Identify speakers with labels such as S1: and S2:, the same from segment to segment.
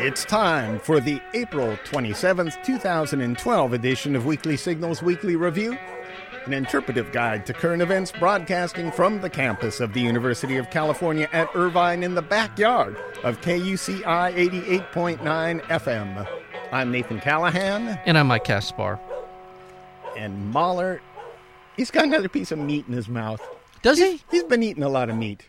S1: It's time for the April 27th, 2012 edition of Weekly Signals Weekly Review, an interpretive guide to current events broadcasting from the campus of the University of California at Irvine in the backyard of KUCI 88.9 FM. I'm Nathan Callahan,
S2: And I'm Mike Caspar.
S1: and Mahler, he's got another piece of meat in his mouth.
S2: Does he?
S1: He's been eating a lot of meat.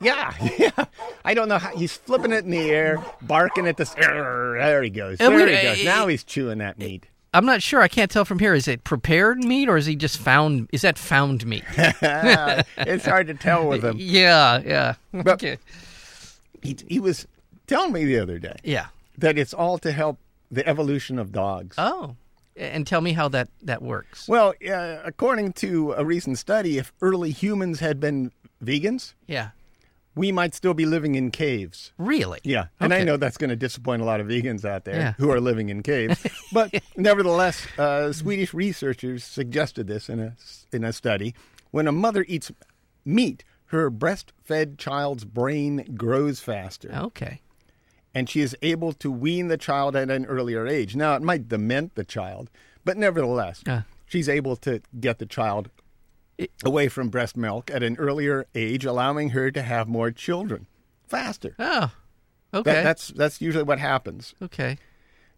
S1: Yeah, yeah. I don't know how he's flipping it in the air, barking at the. s- Arr, There he goes.
S2: It
S1: There
S2: would-
S1: he goes.
S2: it-
S1: Now he's chewing that meat.
S2: I'm not sure. I can't tell from here. Is it prepared meat or is he just found? Is that found meat?
S1: It's hard to tell with him.
S2: yeah, yeah.
S1: But-
S2: okay.
S1: He, he was telling me the other day
S2: Yeah.
S1: that it's all to help the evolution of dogs.
S2: Oh, and tell me how that that works.
S1: Well, uh, according to a recent study, if early humans had been vegans,
S2: Yeah.
S1: we might still be living in caves.
S2: Really?
S1: Yeah. And I
S2: Okay.
S1: know that's going to disappoint a lot of vegans out there
S2: Yeah.
S1: who are living in caves. But nevertheless, uh, Swedish researchers suggested this in a, in a study. When a mother eats meat, her breastfed child's brain grows faster
S2: Okay.
S1: and she is able to wean the child at an earlier age. Now, it might dement the child, but nevertheless,
S2: Yeah.
S1: she's able to get the child away from breast milk at an earlier age, allowing her to have more children faster.
S2: Oh. Okay.
S1: That, That's that's usually what happens.
S2: okay.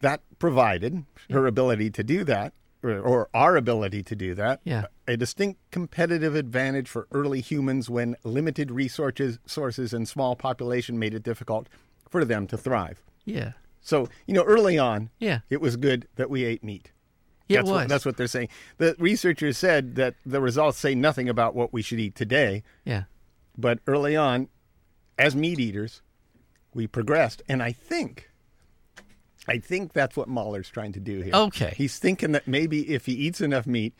S1: That provided her ability to do that, or, or our ability to do that,
S2: Yeah.
S1: a distinct competitive advantage for early humans when limited resources, sources, and small population made it difficult for them to thrive.
S2: Yeah.
S1: So you know, early on,
S2: Yeah.
S1: it was good that we ate meat.
S2: Yeah, it
S1: that's What,
S2: was.
S1: that's what they're saying. The researchers said that the results say nothing about what we should eat today,
S2: Yeah.
S1: but early on, as meat eaters, we progressed, and I think, I think that's what Mahler's trying to do here.
S2: Okay.
S1: he's thinking that maybe if he eats enough meat,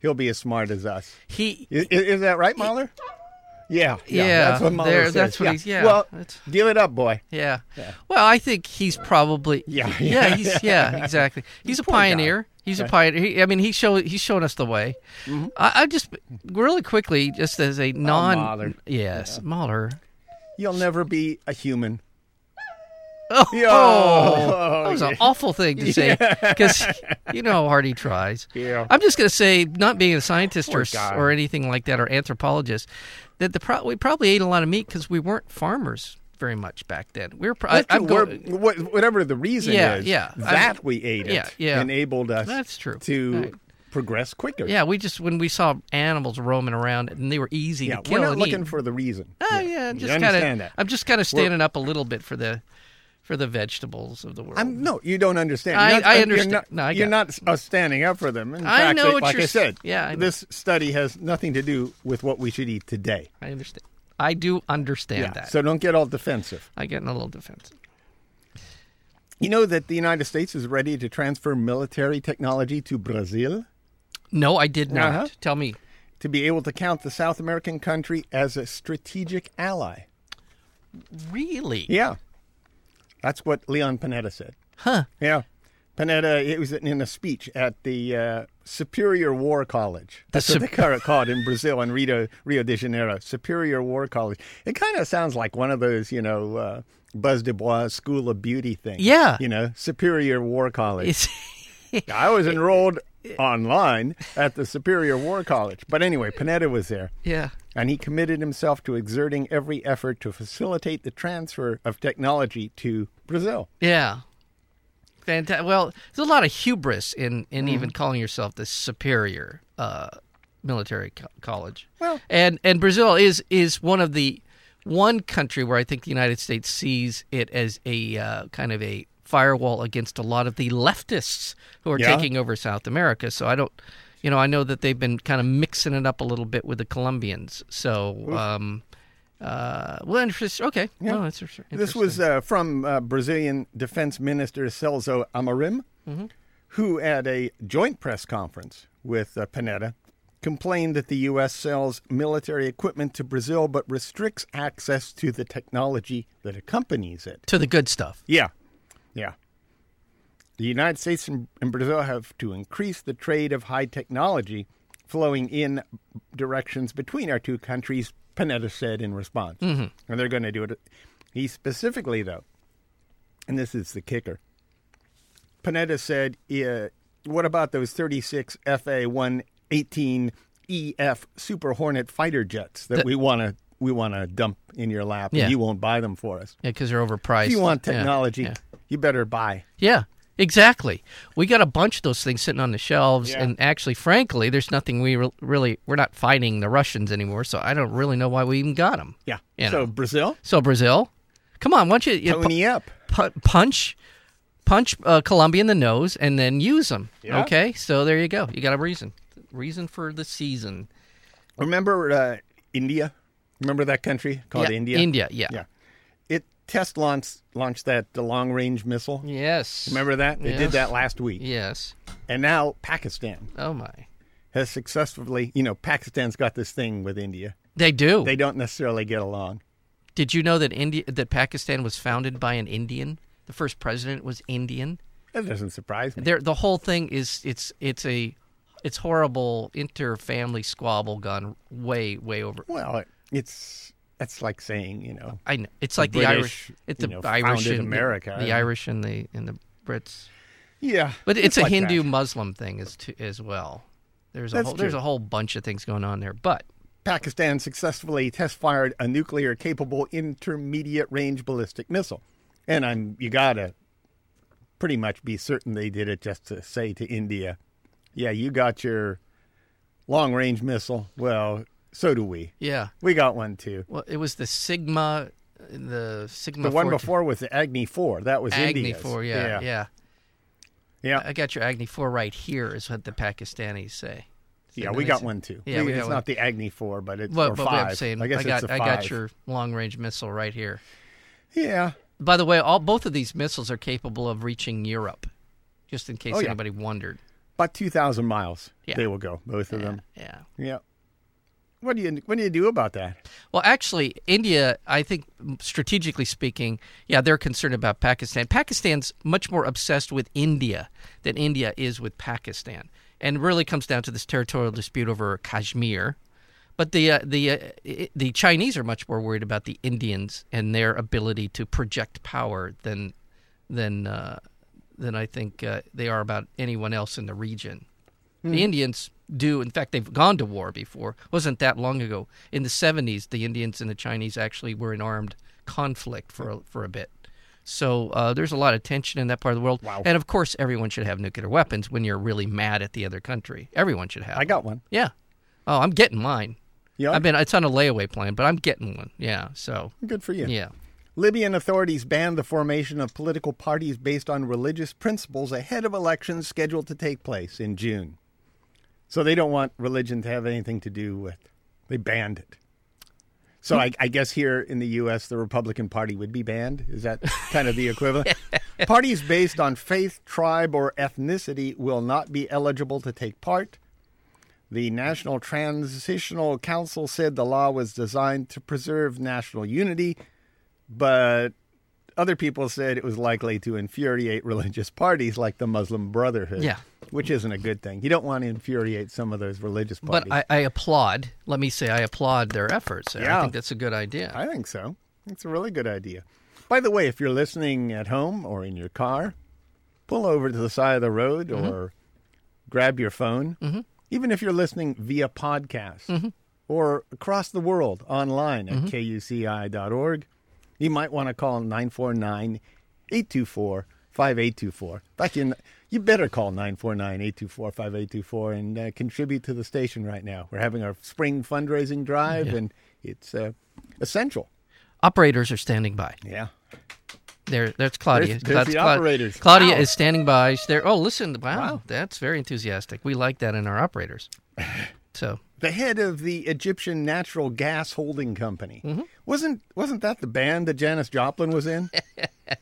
S1: he'll be as smart as us.
S2: He.
S1: Is, is that right, Mahler? Yeah, yeah,
S2: Yeah,
S1: that's what Mahler
S2: there-
S1: says.
S2: that's what he's- yeah,
S1: Well,
S2: that's-
S1: give it up, boy.
S2: Yeah. Well, I think he's probably
S1: Yeah, yeah.
S2: yeah, he's yeah, exactly. He's a
S1: Poor guy.
S2: pioneer. He's a pioneer. He, I mean, he show he's shown us the way.
S1: Mm-hmm.
S2: I, I just really quickly, just as
S1: Oh,
S2: a non
S1: Mahler.
S2: yes, Mahler.
S1: You'll never be a human.
S2: Oh,
S1: Oh,
S2: that was an awful thing to say because you know how hard he tries.
S1: Yeah.
S2: I'm just going to say, not being a scientist or, s-
S1: guy.
S2: or anything like that, or anthropologist, that the pro- we probably ate a lot of meat because we weren't farmers very much back then. We were. Pro- I,
S1: That's
S2: I'm
S1: true.
S2: go-
S1: We're- what- whatever the reason
S2: Yeah,
S1: is,
S2: yeah. I
S1: that
S2: mean,
S1: we ate it
S2: yeah, yeah.
S1: enabled us
S2: That's true.
S1: to
S2: Right.
S1: progress quicker.
S2: Yeah, we just when we saw animals roaming around and they were easy
S1: Yeah,
S2: to
S1: we're
S2: kill.
S1: not
S2: and
S1: looking
S2: eat.
S1: for the reason.
S2: Oh yeah, I'm
S1: You
S2: just
S1: understand
S2: kind of.
S1: that.
S2: I'm just kind of standing up a little bit for the, for the vegetables of the world.
S1: I'm, no, you don't understand.
S2: I-
S1: You're not-
S2: I
S1: you're
S2: understand.
S1: Not,
S2: No, I
S1: you're
S2: got
S1: not uh, standing up for them. In
S2: I
S1: fact,
S2: know what
S1: like
S2: you're
S1: I
S2: s-
S1: said,
S2: yeah, I know.
S1: this study has nothing to do with what we should eat today.
S2: I understand. I do understand
S1: Yeah,
S2: that.
S1: so don't get all defensive.
S2: I get in a little defensive.
S1: You know that the United States is ready to transfer military technology to Brazil?
S2: No, I did not.
S1: Uh-huh.
S2: Tell me.
S1: to be able to count the South American country as a strategic ally.
S2: Really?
S1: Yeah. That's what Leon Panetta said.
S2: Huh.
S1: Yeah. Panetta, it was in a speech at the uh, Superior War College. That's
S2: The
S1: what they call it called in Brazil and Rio, Rio de Janeiro. Superior War College. It kind of sounds like one of those, you know, uh, Buzz Du Bois School of Beauty things.
S2: Yeah.
S1: You know, Superior War College.
S2: It's,
S1: I was enrolled online at the Superior War College. But anyway, Panetta was there
S2: yeah.
S1: and he committed himself to exerting every effort to facilitate the transfer of technology to Brazil.
S2: Yeah. Fantastic. Well, there's a lot of hubris in in
S1: Mm.
S2: even calling yourself the superior uh, military co- college.
S1: Well-
S2: and and Brazil is is one of the one country where I think the United States sees it as a uh, kind of a firewall against a lot of the leftists who are
S1: Yeah.
S2: taking over South America. So I don't. You know, I know that they've been kind of mixing it up a little bit with the Colombians. So, um, uh, well, interest. Okay, yeah. oh, that's interesting.
S1: This was uh, from uh, Brazilian Defense Minister Celso Amorim, who at a joint press conference with uh, Panetta complained that the U.S. sells military equipment to Brazil but restricts access to the technology that accompanies it.
S2: to the good stuff.
S1: Yeah. Yeah. The United States and, and Brazil have to increase the trade of high technology flowing in directions between our two countries,
S2: Mm-hmm.
S1: Panetta said in response. And they're going to do it. He specifically, though, and this is the kicker. Panetta said, yeah, What about those 36 FA 118 EF E Super Hornet fighter jets that
S2: That-
S1: we want to? We want to dump in your lap,
S2: Yeah.
S1: and you won't buy them for us.
S2: Yeah, because they're overpriced.
S1: If you want
S2: Yeah,
S1: technology,
S2: yeah.
S1: you better buy.
S2: Yeah, exactly. We got a bunch of those things sitting on the shelves,
S1: Yeah.
S2: and actually, frankly, there's nothing we re- really we're not fighting the Russians anymore, so I don't really know why we even got them.
S1: Yeah.
S2: You
S1: so
S2: know.
S1: Brazil,
S2: So Brazil, come on, why don't you, you pu-
S1: pony up.
S2: pu- punch punch uh, Colombia in the nose and then use them?
S1: Yeah.
S2: Okay, so there you go. You got a reason, reason for the season.
S1: Remember uh, India? Remember that country called
S2: Yeah,
S1: Oh, India?
S2: India, yeah.
S1: Yeah. It test launched launched that uh, long range missile.
S2: Yes.
S1: Remember that? They
S2: Yes.
S1: did that last week.
S2: Yes.
S1: And now Pakistan
S2: Oh my.
S1: has successfully, you know, Pakistan's got this thing with India.
S2: They do.
S1: They don't necessarily get along.
S2: Did you know that India that Pakistan was founded by an Indian? The first president was Indian.
S1: That doesn't surprise me.
S2: There, the whole thing is it's it's a it's horrible inter-family squabble gone way way over.
S1: Well, it, it's that's like saying, you know,
S2: I know it's like the,
S1: British,
S2: Irish, it's
S1: you
S2: the
S1: know,
S2: Irish
S1: founded
S2: and
S1: America.
S2: the, the Irish and the and the Brits.
S1: yeah.
S2: But it's, a
S1: like
S2: Hindu
S1: that.
S2: Muslim thing as to, as well. There's a
S1: That's
S2: whole, there's
S1: true.
S2: a whole bunch of things going on there. But
S1: Pakistan successfully test fired a nuclear capable intermediate range ballistic missile. And I'm you gotta pretty much be certain they did it just to say to India, Yeah, you got your long range missile. Well, so do we.
S2: yeah,
S1: We got one too.
S2: well, it was the Sigma, the Sigma.
S1: The one
S2: 14
S1: before was the Agni four. That was
S2: Agni
S1: India's.
S2: Four. yeah. yeah.
S1: Yeah,
S2: I got your Agni 4 right here, is what the Pakistanis say.
S1: Yeah, we got one too.
S2: Yeah, we
S1: it's
S2: got
S1: not
S2: one.
S1: the Agni four, but it's
S2: Well,
S1: or
S2: but
S1: five.
S2: I'm saying,
S1: I guess
S2: got,
S1: it's a
S2: I
S1: five.
S2: got your long range missile right here.
S1: yeah.
S2: By the way, all both of these missiles are capable of reaching Europe, just in case
S1: Oh, yeah.
S2: anybody wondered.
S1: About two thousand miles.
S2: Yeah.
S1: They will go both of them.
S2: Yeah.
S1: Yeah. What do you What do you do about that?
S2: Well, actually, India, I think, strategically speaking, yeah, they're concerned about Pakistan. Pakistan's much more obsessed with India than India is with Pakistan, and it really comes down to this territorial dispute over Kashmir. But the uh, the uh, i- the Chinese are much more worried about the Indians and their ability to project power than than uh, than I think uh, they are about anyone else in the region. The Indians do, in fact, they've gone to war before. wasn't that long ago in the seventies? The Indians and the Chinese actually were in armed conflict for a, for a bit. So uh, there's a lot of tension in that part of the world.
S1: Wow.
S2: And of course, everyone should have nuclear weapons when you're really mad at the other country. Everyone should have.
S1: I
S2: them.
S1: got one.
S2: Yeah. Oh, I'm getting mine.
S1: Yeah.
S2: I mean, it's on a layaway plan, but I'm getting one. Yeah. So
S1: Good for you.
S2: yeah.
S1: Libyan authorities banned the formation of political parties based on religious principles ahead of elections scheduled to take place in June. So they don't want religion to have anything to do with. They banned it. So I, I guess here in the U.S., the Republican Party would be banned. Is that kind of the equivalent? Parties based on faith, tribe, or ethnicity will not be eligible to take part. The National Transitional Council said the law was designed to preserve national unity but other people said it was likely to infuriate religious parties like the Muslim Brotherhood.
S2: Yeah.
S1: Which isn't a good thing. You don't want to infuriate some of those religious parties.
S2: But I, I applaud. Let me say, I applaud their efforts.
S1: Yeah.
S2: I think that's a good idea.
S1: I think so. It's a really good idea. By the way, if you're listening at home or in your car, pull over to the side of the road
S2: Mm-hmm.
S1: or grab your phone. Even if you're listening via podcast or across the world online at kuci.org, you might want to call 949 824 5824. In fact, you, you better call 949 824 5824 and uh, contribute to the station right now. We're having our spring fundraising drive, and it's uh, essential.
S2: Operators are standing by.
S1: Yeah.
S2: There, there's Claudia.
S1: There's- there's the operators.
S2: Claudia
S1: Wow.
S2: is standing by. She's There. Oh, listen! Wow, that's very enthusiastic. We like that in our operators. So
S1: the head of the Egyptian Natural Gas Holding Company. Wasn't wasn't that the band that Janis Joplin was in?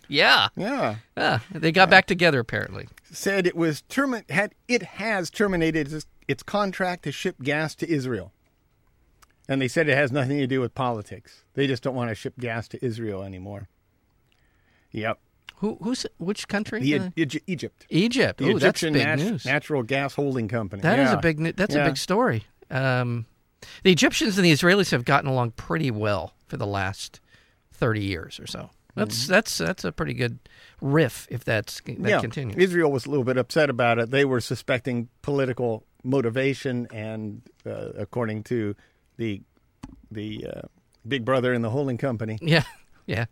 S2: yeah,
S1: yeah.
S2: yeah. they got back together apparently.
S1: Said it was termi- had it has terminated its, its contract to ship gas to Israel. And they said it has nothing to do with politics. They just don't want to ship gas to Israel anymore. Yep.
S2: Who, who's which country?
S1: The E-
S2: Uh,
S1: Egy- Egypt.
S2: Egypt.
S1: The
S2: Oh, that's
S1: Egyptian
S2: big
S1: nat-
S2: news.
S1: Natural Gas Holding Company.
S2: That is
S1: Yeah.
S2: a big. ne- That's
S1: Yeah.
S2: a big story. Um, the Egyptians and the Israelis have gotten along pretty well for the last thirty years or so. That's that's that's a pretty good riff if that's that
S1: Mm-hmm. yeah.
S2: continues.
S1: Israel was a little bit upset about it. They were suspecting political motivation, and uh, according to the the uh, Big Brother and the holding company,
S2: yeah, yeah.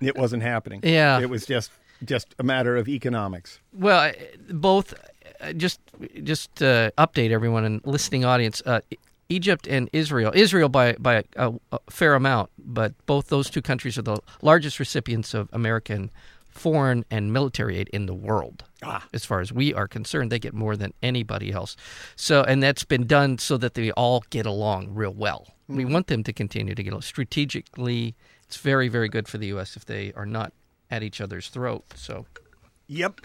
S1: it wasn't happening.
S2: Yeah.
S1: it was just just a matter of economics.
S2: Well, I- both. uh, Just just uh, update everyone and listening audience. Uh, E- Egypt and Israel. Israel by by a, a fair amount, but both those two countries are the largest recipients of American foreign and military aid in the world.
S1: Ah.
S2: As far as we are concerned, they get more than anybody else. So, and that's been done so that they all get along real well. We want them to continue to get along strategically. It's very very good for the U.S. if they are not at each other's throat. So,
S1: Yep.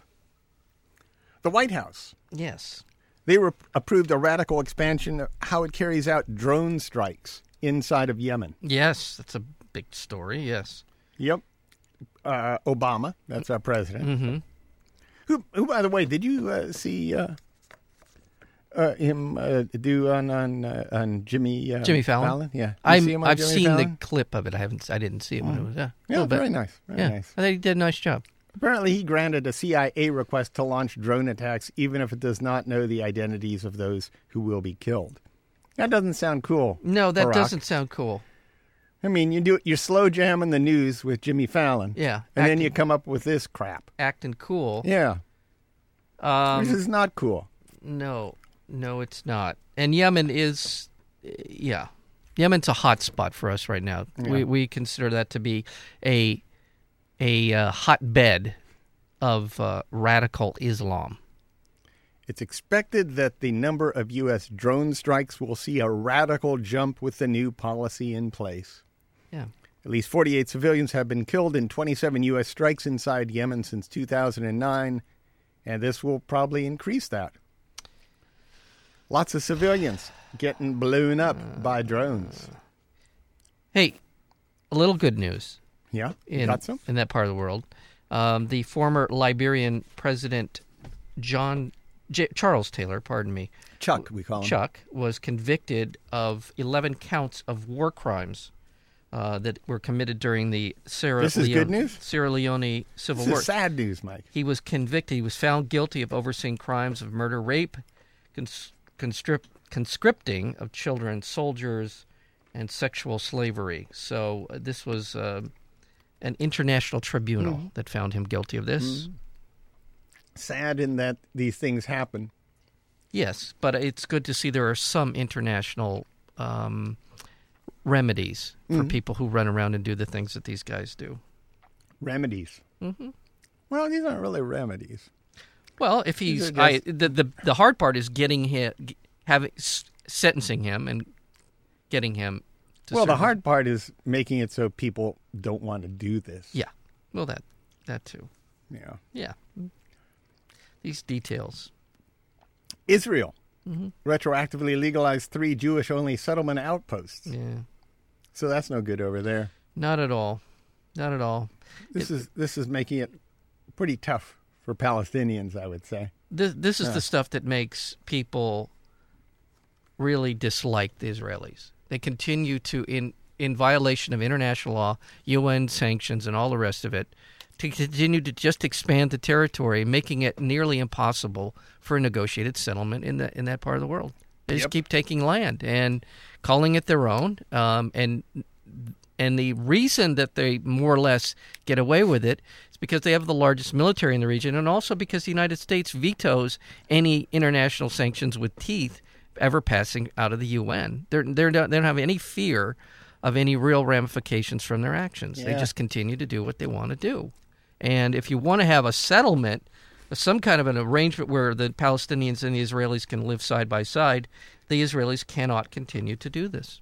S1: The White House
S2: yes.
S1: they were approved a radical expansion of how it carries out drone strikes inside of Yemen.
S2: Yes, that's a big story. Yes.
S1: Yep. Uh, Obama, that's our president. Mm-hmm. Who, who, by the way, did you uh, see uh, uh, him uh, do on on uh, on Jimmy uh,
S2: Jimmy Fallon?
S1: Yeah,
S2: I'm,
S1: You see him on
S2: I've
S1: Jimmy
S2: seen
S1: Fallon?
S2: the clip of it. I haven't. I didn't see it when it was. Yeah,
S1: Yeah,
S2: little bit.
S1: very nice. Very
S2: yeah,
S1: nice.
S2: I think he did a nice job.
S1: Apparently, he granted a CIA request to launch drone attacks, even if it does not know the identities of those who will be killed. That doesn't sound cool.
S2: No, that
S1: Barack.
S2: doesn't sound cool.
S1: I mean, you do you're slow jamming the news with Jimmy Fallon.
S2: Yeah,
S1: and then
S2: acting-
S1: you come up with this crap.
S2: Acting cool.
S1: Yeah, this
S2: Um,
S1: is not cool.
S2: no, no, it's not. And Yemen is, yeah, Yemen's a hot spot for us right now. We we consider that to be a a uh, hotbed of uh, radical Islam.
S1: It's expected that the number of U.S. drone strikes will see a radical jump with the new policy in place.
S2: Yeah.
S1: At least 48 civilians have been killed in 27 U.S. strikes inside Yemen since 2009, and this will probably increase that. Lots of civilians getting blown up by drones.
S2: Hey, a little good news.
S1: Yeah,
S2: in,
S1: got some.
S2: in that part of the world. Um, the former Liberian president John J- Charles Taylor, pardon me,
S1: Chuck, we call him.
S2: Chuck was convicted of 11 counts of war crimes uh, that were committed during the Sierra
S1: This is
S2: Leone,
S1: good news?
S2: Sierra Leone civil
S1: This is
S2: war.
S1: sad news, Mike.
S2: He was convicted. He was found guilty of overseeing crimes of murder, rape, cons- conscript, conscripting of children, soldiers, and sexual slavery. So uh, this was um an international tribunal that found him guilty of this.
S1: Sad in that these things happen.
S2: Yes, but it's good to see there are some international um, remedies for people who run around and do the things that these guys do.
S1: Remedies. Mm-hmm. Well, these aren't really remedies.
S2: Well, if he's
S1: are just-
S2: I, the, the the hard part is getting him, having s- sentencing him and getting him. To
S1: Well, the
S2: serve-
S1: hard part is making it so people don't want to do this.
S2: Yeah, well that that too.
S1: Yeah.
S2: Yeah, these details.
S1: Israel retroactively legalized three Jewish only settlement outposts.
S2: Yeah,
S1: So that's no good over there.
S2: not at all, not at all.
S1: This is this is making it pretty tough for Palestinians, I would say.
S2: This this is the stuff that makes people really dislike the Israelis. They continue to in in violation of international law, UN sanctions, and all the rest of it, to continue to just expand the territory, making it nearly impossible for a negotiated settlement in that in that part of the world. They just
S1: Yep.
S2: keep taking land and calling it their own, um, and and the reason that they more or less get away with it is because they have the largest military in the region, and also because the United States vetoes any international sanctions with teeth ever passing out of the UN. They're, they're not, they don't have any fear of any real ramifications from their actions. They
S1: Yeah.
S2: just continue to do what they want to do. And if you want to have a settlement, some kind of an arrangement where the Palestinians and the Israelis can live side by side, the Israelis cannot continue to do this.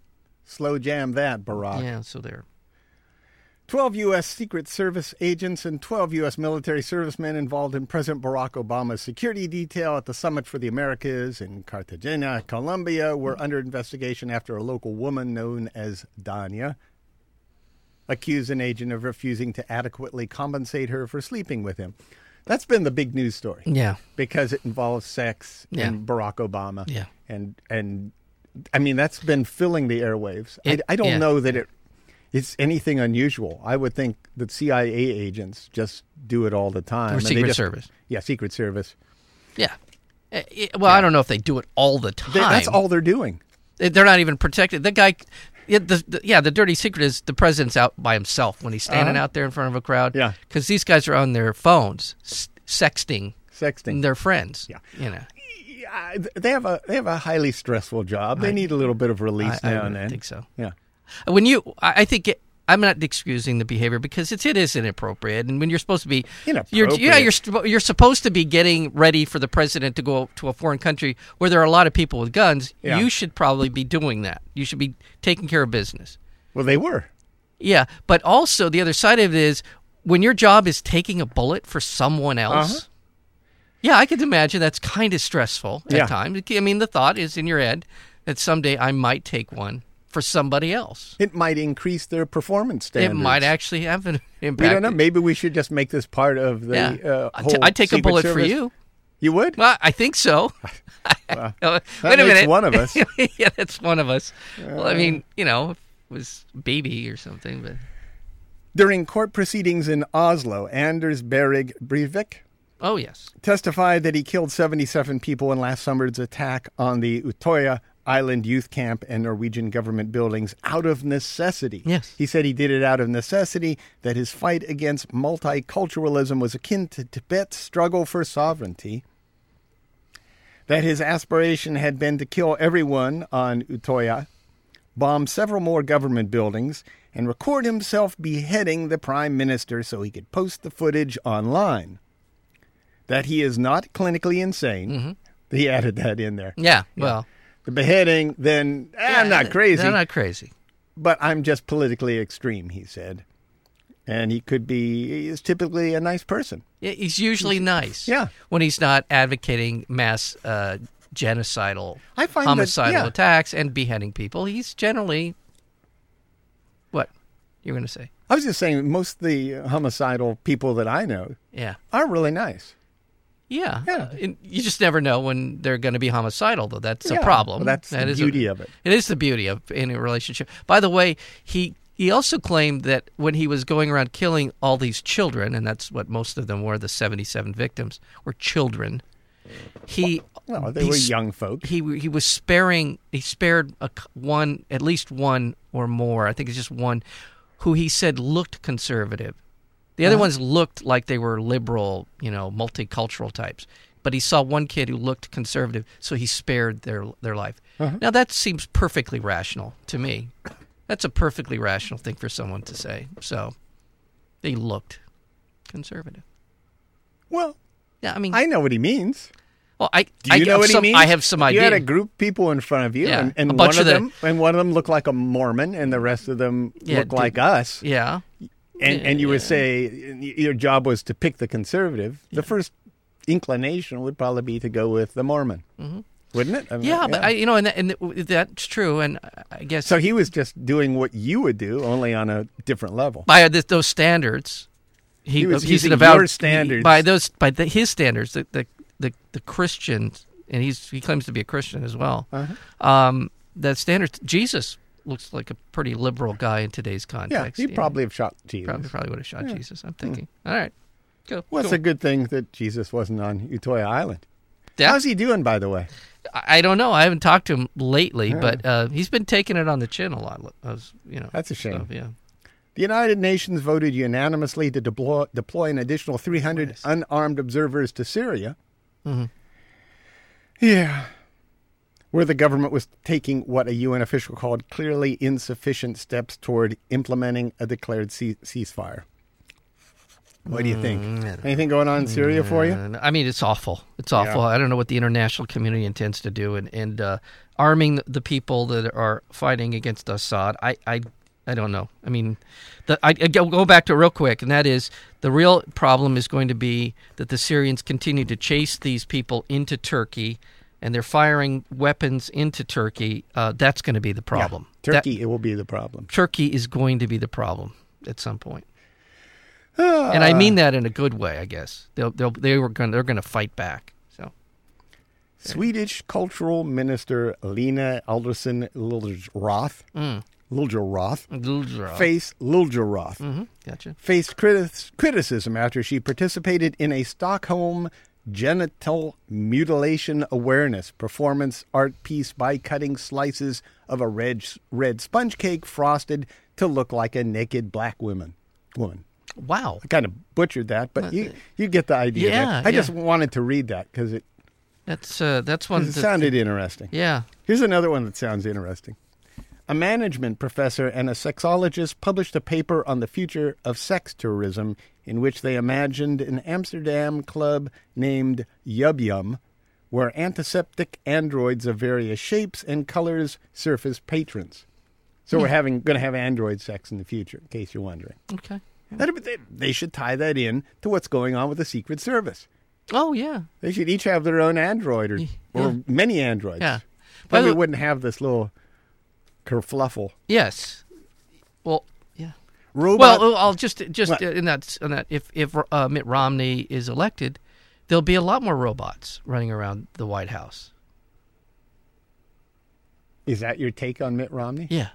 S1: Slow jam that, Barack.
S2: Yeah, so there.
S1: 12 U.S. Secret Service agents and 12 U.S. military servicemen involved in President Barack Obama's security detail at the Summit for the Americas in Cartagena, Colombia, were under investigation after a local woman known as Danya accused an agent of refusing to adequately compensate her for sleeping with him. That's been the big news story
S2: Yeah.
S1: because it involves sex
S2: Yeah.
S1: and Barack Obama.
S2: Yeah.
S1: And and I mean that's been filling the airwaves.
S2: It-
S1: I, I don't
S2: yeah.
S1: know that it it's anything unusual. I would think that CIA agents just do it all the time.
S2: Or
S1: and they
S2: Secret
S1: just-
S2: Service.
S1: Yeah, Secret Service.
S2: Yeah. Eh, eh, Well, I don't know if they do it all the time.
S1: They- that's all they're doing.
S2: They- They're not even protected. The guy, yeah the, the, yeah, the dirty secret is the president's out by himself when he's standing out there in front of a crowd.
S1: Uh-huh. Yeah.
S2: because these guys are on their phones s- sexting
S1: Sexting.
S2: their friends.
S1: Yeah.
S2: you know,
S1: Yeah, they have a they have a highly stressful job. They need a little bit of release
S2: I- I
S1: now
S2: would
S1: and then.
S2: think so.
S1: Yeah.
S2: when you, I I think. It, I'm not excusing the behavior because it's it is inappropriate, and when you're supposed to be, you're, yeah,
S1: Inappropriate.
S2: you're st- you're supposed to be getting ready for the president to go to a foreign country where there are a lot of people with guns.
S1: Yeah.
S2: You should probably be doing that. You should be taking care of business.
S1: Well, they were.
S2: Yeah, but also the other side of it is when your job is taking a bullet for someone else.
S1: Uh-huh.
S2: Yeah, I could imagine that's kind of stressful
S1: Yeah.
S2: at times. I mean, the thought is in your head that someday I might take one for somebody else.
S1: It might increase their performance standards.
S2: It might actually have an
S1: We
S2: impact.
S1: don't know. Maybe we should just make this part of the
S2: Yeah.
S1: uh,
S2: I'd
S1: whole.
S2: t- I'd take a
S1: Secret
S2: bullet for
S1: Service.
S2: you.
S1: You would?
S2: Well, I think so. Wait a
S1: makes
S2: minute.
S1: one of us. Uh.
S2: yeah, that's one of us. well, I mean, you know, if it was baby or something, but
S1: During court proceedings in Oslo, Anders Berg Breivik
S2: oh yes,
S1: testified that he killed 77 people in last summer's attack on the Utøya Island youth camp and Norwegian government buildings out of necessity.
S2: Yes.
S1: He said he did it out of necessity, that his fight against multiculturalism was akin to Tibet's struggle for sovereignty, that his aspiration had been to kill everyone on Utøya, bomb several more government buildings, and record himself beheading the prime minister so he could post the footage online that he is not clinically insane.
S2: Mm-hmm.
S1: He added that in there.
S2: yeah. Well,
S1: The beheading, then "Ah, I'm not crazy,
S2: I'm not crazy.
S1: but I'm just politically extreme, he said. And he could be, he is typically a nice person.
S2: Yeah, he's usually nice.
S1: Yeah.
S2: When he's not advocating mass uh, genocidal,
S1: I find that-
S2: homicidal
S1: yeah.
S2: attacks and beheading people, he's generally what you're going to say.
S1: I was just saying, most of the homicidal people that I know
S2: Yeah.
S1: are really nice.
S2: Yeah.
S1: Yeah.
S2: Uh, and you just never know when they're going to be homicidal, though. That's
S1: Yeah.
S2: a problem.
S1: Well, that's the
S2: is
S1: beauty of it.
S2: It is the beauty of any relationship. By the way, he he also claimed that when he was going around killing all these children, and that's what most of them were, the 77 victims were children. He
S1: Well, they
S2: he
S1: were
S2: sp-
S1: young folk.
S2: He he was sparing. He spared a c one, at least one or more. I think it's just one, who he said looked conservative. The
S1: Uh-huh.
S2: other ones looked like they were liberal, you know, multicultural types. But he saw one kid who looked conservative, so he spared their their life.
S1: Uh-huh.
S2: Now that seems perfectly rational to me. That's a perfectly rational thing for someone to say. So they looked conservative.
S1: Well,
S2: Yeah, I mean,
S1: I know what he means.
S2: well, I
S1: Do
S2: I
S1: you know
S2: have
S1: what
S2: some,
S1: he means?
S2: I have some
S1: you
S2: idea.
S1: You had a group of people in front of you,
S2: Yeah,
S1: and, and
S2: a
S1: one
S2: bunch
S1: of,
S2: of the-
S1: them, and one of them looked like a Mormon, and the rest of them
S2: Yeah,
S1: looked
S2: did-
S1: like us.
S2: yeah.
S1: and and you would say your job was to pick the conservative, the first inclination would probably be to go with the Mormon, mm-hmm. wouldn't it? I mean,
S2: Yeah, but I, you know, and, that, and th- that's true. And I- I guess
S1: so he was just doing what you would do, only on a different level.
S2: by th those standards, he, uh,
S1: He was
S2: he's
S1: using
S2: an avowed-
S1: your standards.
S2: By those, by the, his standards, the the the, the Christian, and he's he claims to be a Christian as well.
S1: Uh-huh.
S2: Um, the standards, Jesus looks like a pretty liberal guy in today's
S1: Yeah,
S2: context.
S1: he
S2: you know.
S1: probably have shot Jesus.
S2: probably probably would have shot Jesus. I'm thinking. All right, go.
S1: Well, it's a good thing that Jesus wasn't on Utoya Island.
S2: Yeah.
S1: How's he doing, by the way?
S2: I I don't know. I haven't talked to him lately, but uh, he's been taking it on the chin a lot. I was, you know,
S1: That's a shame.
S2: so, yeah.
S1: The United Nations voted unanimously to deploy, deploy an additional 300 unarmed observers to Syria.
S2: Mm-hmm.
S1: Yeah. Where the government was taking what a UN official called clearly insufficient steps toward implementing a declared cea- ceasefire. What do you
S2: Mm,
S1: think? Anything going on in Syria for you?
S2: And, I mean, it's awful. It's awful. I don't know what the international community intends to do, and and uh, arming the people that are fighting against Assad. I I, I don't know. I mean, the, I, I go go back to it real quick, and that is the real problem is going to be that the Syrians continue to chase these people into Turkey, and they're firing weapons into Turkey. Uh, that's going to be the problem. That-
S1: Turkey, it will be the problem.
S2: Turkey is going to be the problem at some point. and
S1: Ah. Uh,
S2: I mean that in a good way, I guess. They'll they'll they were going they're going to fight back. So Mm.
S1: Swedish cultural minister Lena Alderson Liljeroth Lil Roth,
S2: Gulzar.
S1: face Lil Roth,
S2: Mm. Mm-hmm. Gotcha.
S1: faced critis- criticism after she participated in a Stockholm genital mutilation awareness performance art piece by cutting slices of a red, red sponge cake frosted to look like a naked black woman. Woman.
S2: Wow.
S1: kind of butchered that, but you you get the idea. there.
S2: uh, Yeah,
S1: I just
S2: yeah.
S1: wanted to read that because it,
S2: That's uh, that's one.
S1: it
S2: that-
S1: sounded interesting.
S2: yeah.
S1: Here's another one that sounds interesting. A management professor and a sexologist published a paper on the future of sex tourism in which they imagined an Amsterdam club named Yub Yum, where antiseptic androids of various shapes and colors serve as patrons. So we're having going to have android sex in the future, in case you're wondering.
S2: Okay.
S1: That, they, they should tie that in to what's going on with the Secret Service.
S2: Oh yeah.
S1: They should each have their own android or, or many androids.
S2: Yeah.
S1: But
S2: By the
S1: we
S2: way-
S1: wouldn't have this little kerfluffle.
S2: Yes. Well. Yeah.
S1: Robot.
S2: Well, I'll just just
S1: What?
S2: uh, in that in that if if uh, Mitt Romney is elected, there'll be a lot more robots running around the White House.
S1: is that your take on Mitt Romney?
S2: Yeah,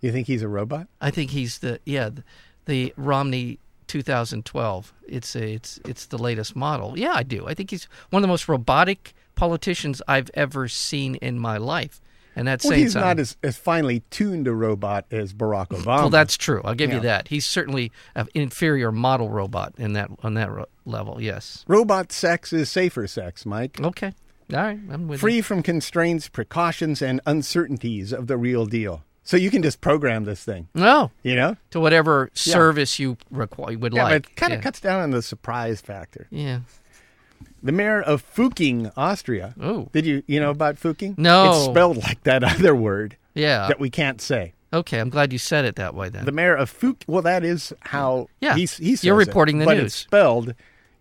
S1: You think he's a robot?
S2: I think he's the yeah the, the Romney 2012. It's a, it's it's the latest model. Yeah, I do. I think he's one of the most robotic politicians I've ever seen in my life, and that's
S1: Well,
S2: saying
S1: he's
S2: something.
S1: not as, as finely tuned a robot as Barack Obama.
S2: well, that's true. I'll give
S1: Yeah.
S2: you that. He's certainly an inferior model robot in that on that ro- level. Yes.
S1: robot sex is safer sex, Mike.
S2: Okay. All right. I'm with you.
S1: Free from constraints, precautions, and uncertainties of the real deal. So you can just program this thing,
S2: No.
S1: you know?
S2: to whatever service you require would
S1: Yeah, but
S2: like.
S1: it kind of
S2: yeah.
S1: cuts down on the surprise factor.
S2: Yeah.
S1: The mayor of Fuking, Austria.
S2: Oh.
S1: Did you you know about Fuking?
S2: No. Uh,
S1: It's spelled like that other word
S2: Yeah.
S1: that we can't say.
S2: okay. I'm glad you said it that way then.
S1: The mayor of Fuk. Well, that is how
S2: Yeah.
S1: he, he says
S2: You're
S1: it,
S2: reporting the
S1: but
S2: news.
S1: It's spelled,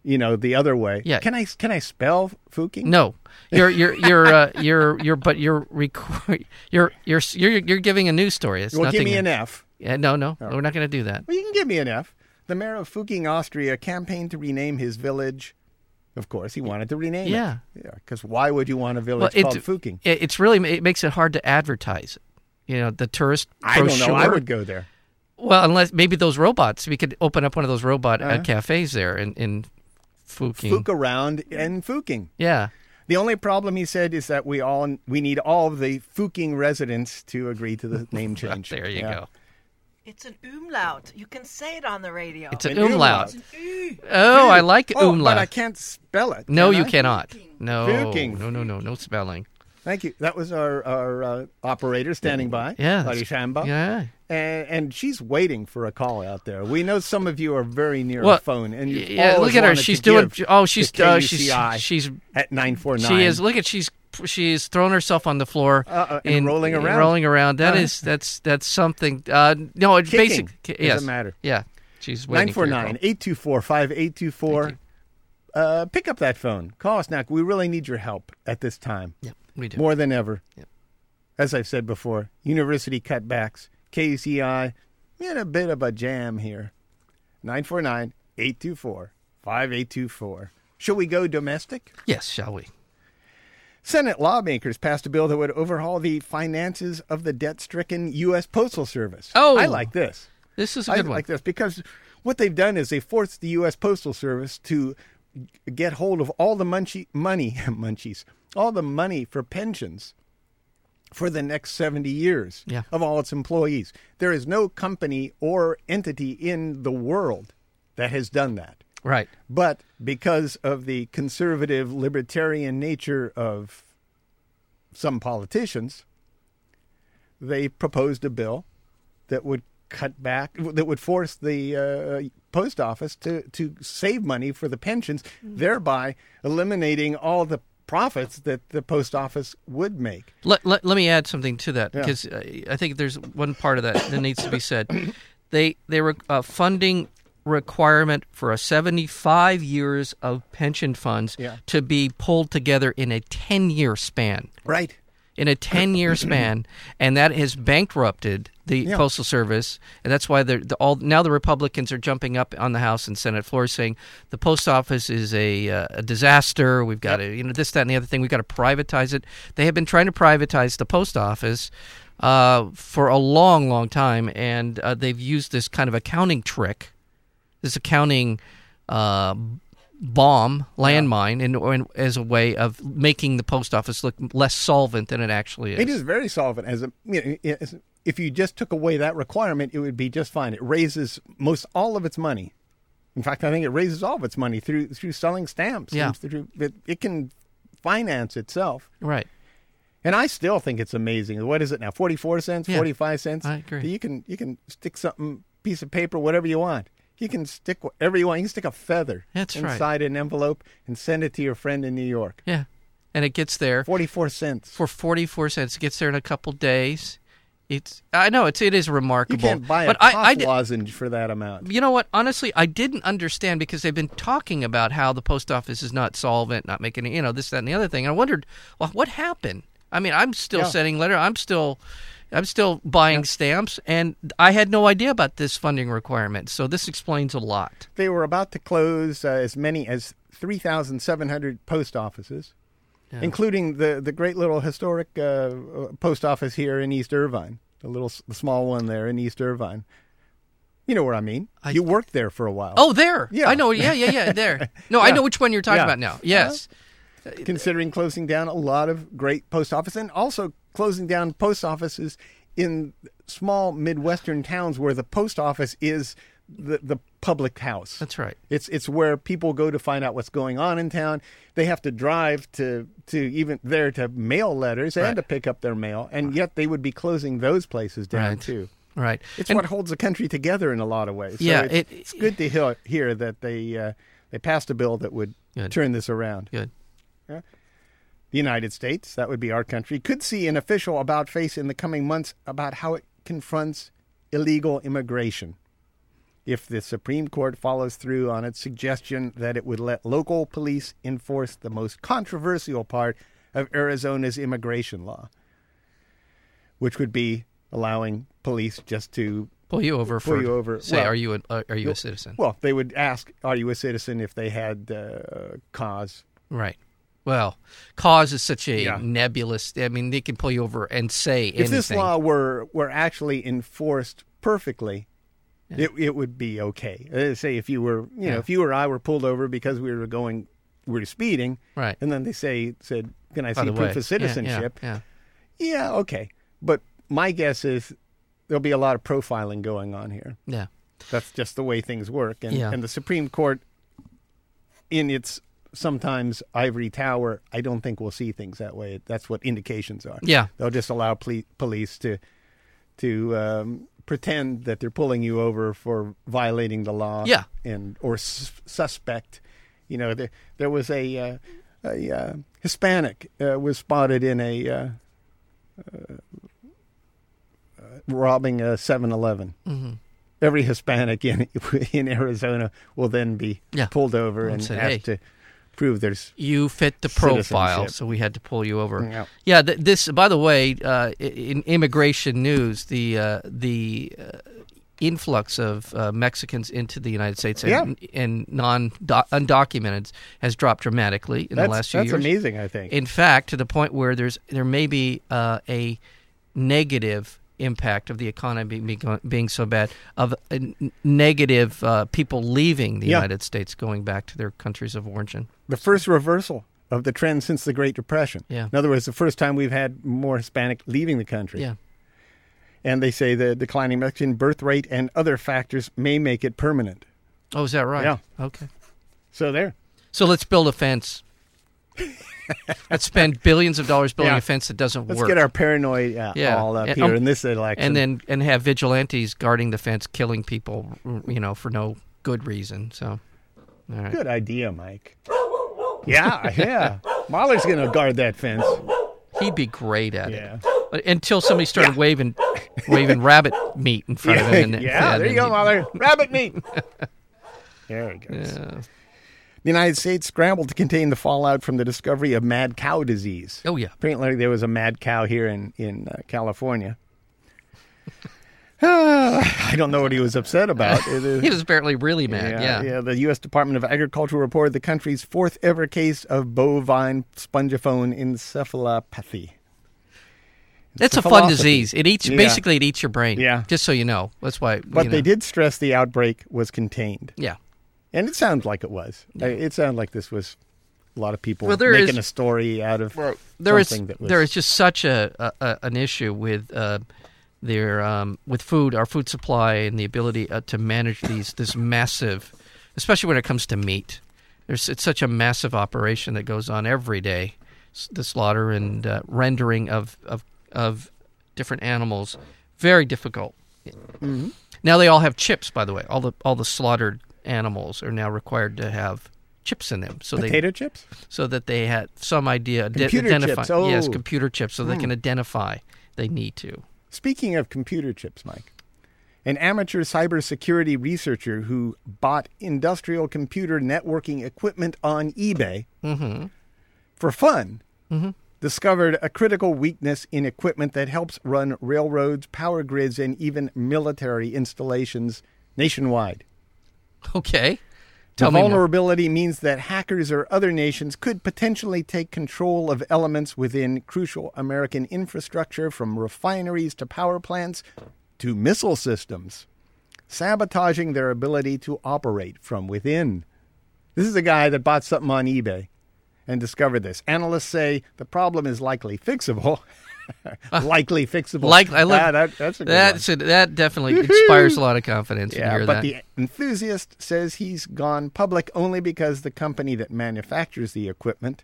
S1: you know, the other way.
S2: Yeah.
S1: Can I can I spell Fuking?
S2: no. You're you're you're uh, you're you're but you're record you're you're you're you're giving a news story. It's
S1: Well,
S2: nothing.
S1: give me an Oh. F.
S2: Yeah, no, no. We're not going to do that.
S1: Well, you can give me an F. The mayor of Fuking, Austria, campaigned to rename his village. Of course, he wanted to rename
S2: Yeah.
S1: it. Yeah. Because why would you want a village
S2: it-
S1: called Fuking?
S2: it- it's really it makes it hard to advertise. You know, the tourist
S1: I don't know. I
S2: brochure.
S1: would go there.
S2: Well, unless maybe those robots, we could open up one of those robot
S1: Uh-huh.
S2: uh, cafes there in in Fuking.
S1: Fuk around and Fuking.
S2: Yeah.
S1: The only problem, he said, is that we all we need all of the Fuking residents to agree to the name change.
S2: There you
S1: Yeah.
S2: go.
S3: It's an umlaut. You can say it on the radio.
S2: It's an
S1: An
S2: umlaut.
S1: umlaut.
S2: Oh, I like
S1: Oh,
S2: umlaut.
S1: but I can't spell it.
S2: No,
S1: can
S2: you
S1: I?
S2: cannot. No,
S1: Fuking.
S2: no, no, no, no spelling.
S1: Thank you. That was our our uh, operator standing by.
S2: Yeah,
S1: Lottie
S2: that's-
S1: Shamba.
S2: yeah.
S1: And, and she's waiting for a call out there. We know some of you are very near
S2: Well,
S1: a phone, and you
S2: yeah,
S1: always
S2: look at her.
S1: wanted
S2: She's
S1: to
S2: doing-
S1: give
S2: oh, she's-
S1: to
S2: uh, she's-
S1: KUCI
S2: she's-
S1: at nine four nine.
S2: She is. Look at she's she's thrown herself on the floor
S1: Uh-uh, and rolling
S2: and
S1: around. Uh-huh.
S2: rolling around. That is that's that's something. Uh, no, it's
S1: Kicking.
S2: basic.
S1: Doesn't
S2: Yes,
S1: matter.
S2: Yeah, she's waiting for your call.
S1: 949-824-5824. Uh, pick up that phone. Call us now. We really need your help at this time.
S2: Yeah, we do.
S1: More than ever.
S2: Yep.
S1: As I've said before, university cutbacks, KCI, in a bit of a jam here. 949 824 5824. Shall we go domestic?
S2: Yes, shall we?
S1: Senate lawmakers passed a bill that would overhaul the finances of the debt stricken U.S. Postal Service.
S2: Oh.
S1: I like this.
S2: This is a
S1: I
S2: good one.
S1: like this because what they've done is they forced the U.S. Postal Service to get hold of all the munchie, money, munchies, all the money for pensions for the next 70 years
S2: Yeah.
S1: of all its employees. There is no company or entity in the world that has done that.
S2: Right.
S1: But because of the conservative libertarian nature of some politicians, they proposed a bill that would cut back, that would force the uh, post office to, to save money for the pensions, thereby eliminating all the profits that the post office would make.
S2: Let, let, let me add something to that because I think there's one part of that that needs to be said. They they were uh, funding requirement for a 75 years of pension funds
S1: Yeah.
S2: to be pulled together in a 10 year span
S1: Right.
S2: in a 10 year span and that has bankrupted the postal service and that's why they're the, all now the republicans are jumping up on the house and senate floor saying the post office is a, uh, a disaster we've got to you know this that and the other thing we've got to privatize it they have been trying to privatize the post office uh, for a long, long time, and uh, they've used this kind of accounting trick, this accounting uh, bomb landmine, in, or in, as a way of making the post office look less solvent than it actually is.
S1: It is very solvent. As a, you know, it's- if you just took away that requirement, it would be just fine. It raises most all of its money. In fact, I think it raises all of its money through through selling stamps.
S2: Yeah.
S1: Through- it, it can finance itself.
S2: right.
S1: And I still think it's amazing. What is it now? Forty four cents,
S2: Yeah.
S1: forty five cents.
S2: I agree.
S1: You can you can stick something piece of paper, whatever you want. You can stick whatever you want. You can stick a feather
S2: That's right.
S1: inside an envelope and send it to your friend in New York.
S2: Yeah, and it gets there
S1: Forty four cents.
S2: for forty four cents. It gets there in a couple days. It's I know it's it is
S1: you
S2: remarkable.
S1: can't buy a
S2: but
S1: cough
S2: I, I di-
S1: lozenge for that amount.
S2: you know what? Honestly, I didn't understand because they've been talking about how the post office is not solvent, not making you know this, that, and the other thing. And I wondered, well, what happened? I mean, I'm still
S1: Yeah.
S2: sending letter. I'm still, I'm still buying stamps, and I had no idea about this funding requirement. So this explains a lot.
S1: They were about to close uh, as many as three thousand seven hundred post offices, including the the great little historic uh, uh, post office here in East Irvine, the little s- the small one there in East Irvine. You know where I mean.
S2: I-
S1: you worked there for a while.
S2: Oh, there.
S1: Yeah.
S2: I know. Yeah, yeah, yeah. There. No, I
S1: Yeah.
S2: know which one you're talking
S1: Yeah.
S2: about now. Yes.
S1: considering closing down a lot of great post offices and also closing down post offices in small midwestern towns where the post office is the, the public house.
S2: That's right.
S1: It's it's where people go to find out what's going on in town. They have to drive to to even there to mail letters
S2: Right.
S1: and to pick up their mail, and yet they would be closing those places down
S2: Right.
S1: too.
S2: Right.
S1: It's
S2: And-
S1: what holds the country together in a lot of ways. So
S2: Yeah,
S1: it's,
S2: it-
S1: it's good to hear, hear that they uh, they passed a bill that would
S2: Good.
S1: turn this around.
S2: good.
S1: The United States, that would be our country, could see an official about face in the coming months about how it confronts illegal immigration. If the Supreme Court follows through on its suggestion that it would let local police enforce the most controversial part of Arizona's immigration law, which would be allowing police just to
S2: Pull you over
S1: Pull
S2: for
S1: you over.
S2: Say,
S1: Well-
S2: are you a, uh, are you a citizen?
S1: well, they would ask, "Are you a citizen?" if they had uh, cause.
S2: Right. Well, cause is such a
S1: Yeah.
S2: nebulous. I mean, they can pull you over and say
S1: If
S2: anything.
S1: this law were were actually enforced perfectly, it it would be okay. Uh, say if you were, you know,
S2: Yeah.
S1: if you or I were pulled over because we were going, we were speeding,
S2: Right.
S1: And then they say said, "Can I
S2: by
S1: see
S2: the
S1: proof
S2: way.
S1: of citizenship?"
S2: Yeah, yeah,
S1: Yeah, okay. But my guess is there'll be a lot of profiling going on here.
S2: yeah.
S1: That's just the way things work. And,
S2: Yeah.
S1: and the Supreme Court, in its sometimes ivory tower, I don't think we'll see things that way. That's what indications are.
S2: Yeah.
S1: They'll just allow ple- police to to um, pretend that they're pulling you over for violating the law.
S2: Yeah.
S1: And or s- suspect. You know, there, there was a, uh, a uh, Hispanic uh, was spotted in a. Uh, uh, robbing a 7-Eleven
S2: Mm-hmm.
S1: every Hispanic in in Arizona will then be
S2: Yeah.
S1: pulled over and
S2: say,
S1: asked
S2: "Hey."
S1: to prove there's
S2: You fit the profile,
S1: Citizenship.
S2: so we had to pull you over.
S1: Yeah.
S2: Yeah. Th- this, by the way, uh, i- in immigration news, the uh, the uh, influx of uh, Mexicans into the United States and, and non undocumented has dropped dramatically in
S1: that's,
S2: the last few
S1: that's
S2: years.
S1: amazing. I think
S2: In fact, to the point where there's there may be uh, a negative impact of the economy being, being so bad of a n- negative uh, people leaving the
S1: Yeah.
S2: United States going back to their countries of origin.
S1: the first reversal of the trend since the Great Depression.
S2: Yeah.
S1: In other words, the first time we've had more Hispanic leaving the country.
S2: Yeah.
S1: And they say the declining Mexican birth rate and other factors may make it permanent.
S2: Oh, is that right?
S1: Yeah.
S2: Okay.
S1: So there.
S2: So let's build a fence. let's spend billions of dollars building
S1: Yeah.
S2: a fence that doesn't
S1: Let's
S2: work.
S1: get our paranoia uh,
S2: Yeah.
S1: all up
S2: And,
S1: here
S2: um,
S1: in this election.
S2: and then and have vigilantes guarding the fence, killing people, you know, for no good reason. So, all right.
S1: good idea, Mike. yeah, yeah. Mahler's going to guard that fence.
S2: He'd be great at
S1: Yeah.
S2: it. But Until somebody started waving waving rabbit meat in front of him. And then-
S1: yeah,
S2: and
S1: there you
S2: then
S1: go, Mahler. Rabbit meat. there it
S2: he-
S1: goes.
S2: Yeah.
S1: The United States scrambled to contain the fallout from the discovery of mad cow disease.
S2: Oh, yeah.
S1: Apparently, there was a mad cow here in, in uh, California. I don't know what he was upset about. It is-
S2: He was apparently really mad. Yeah.
S1: yeah. The U.S. Department of Agriculture reported the country's fourth ever case of bovine spongiform encephalopathy.
S2: It's,
S1: a
S2: a, fun
S1: philosophy.
S2: disease. It eats
S1: Yeah.
S2: basically it eats your brain.
S1: Yeah.
S2: Just so you know, that's why.
S1: But
S2: you know.
S1: they did stress the outbreak was contained,
S2: Yeah.
S1: and it sounds like it was. Uh, It sounded like this was a lot of people
S2: Well, there
S1: making
S2: is-
S1: a story out of
S2: There is
S1: something that was.
S2: there is just such a, a, a an issue with uh, their um, with food, our food supply, and the ability uh, to manage these this massive, especially when it comes to meat. There's it's such a massive operation that goes on every day, s- the slaughter and uh, rendering of of of different animals, very difficult.
S1: Mm-hmm.
S2: Now they all have chips, by the way. All the all the slaughtered animals are now required to have chips in them, so they
S1: potato chips.
S2: so that they had some idea ident-
S1: Computer
S2: identify
S1: chips, oh.
S2: yes computer chips so they can identify they need to
S1: Speaking of computer chips, Mike, an amateur cybersecurity researcher who bought industrial computer networking equipment on eBay
S2: Mm-hmm.
S1: for fun discovered a critical weakness in equipment that helps run railroads, power grids, and even military installations nationwide.
S2: okay tell
S1: the
S2: me more.
S1: vulnerability means that hackers or other nations could potentially take control of elements within crucial American infrastructure from refineries to power plants to missile systems, sabotaging their ability to operate from within. This is a guy that bought something on eBay and discovered this. Analysts say the problem is likely fixable. likely fixable.
S2: Ah. like I love
S1: Ah, that, that's a good one.
S2: that's a- that definitely inspires a lot of confidence when you
S1: Yeah,
S2: hear
S1: but
S2: that.
S1: the enthusiast says he's gone public only because the company that manufactures the equipment,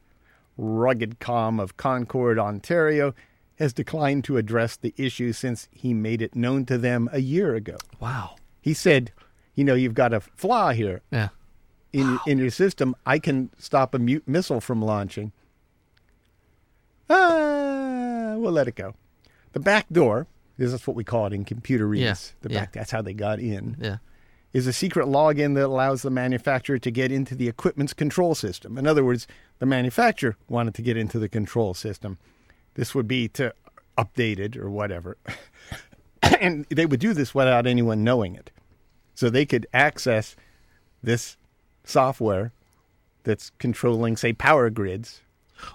S1: Rugged Com of Concord, Ontario, has declined to address the issue since he made it known to them a year ago.
S2: wow
S1: He said, "You know, you've got a flaw here
S2: yeah
S1: in your in your system. I can stop a mute missile from launching." Ah, we'll let it go. The back door. This is what we call it in computer reads. the
S2: yeah.
S1: back. That's how they got in
S2: yeah
S1: is a secret login that allows the manufacturer to get into the equipment's control system. In other words, the manufacturer wanted to get into the control system. This would be to update it or whatever. and they would do this without anyone knowing it. So they could access this software that's controlling, say, power grids.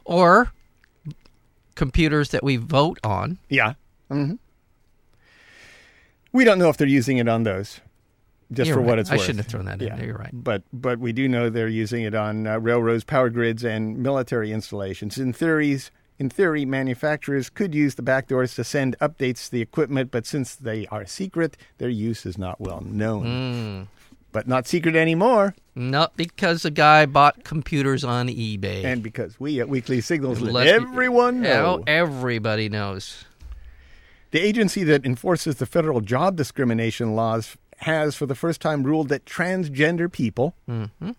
S2: or computers that we vote on
S1: Yeah. hmm We don't know if they're using it on those, just
S2: You're
S1: for what
S2: right.
S1: it's
S2: I
S1: worth.
S2: shouldn't have thrown that in there. You're right.
S1: But but we do know they're using it on uh, railroads, power grids, and military installations. In theories, in theory, manufacturers could use the back doors to send updates to the equipment, but since they are secret, their use is not well known.
S2: Hmm.
S1: But not secret anymore,
S2: not because a guy bought computers on eBay
S1: and because we at Weekly Signals let
S2: Let's be-
S1: everyone
S2: Yeah,
S1: know.
S2: oh, everybody knows
S1: The agency that enforces the federal job discrimination laws has, for the first time, ruled that transgender people
S2: Mm-hmm.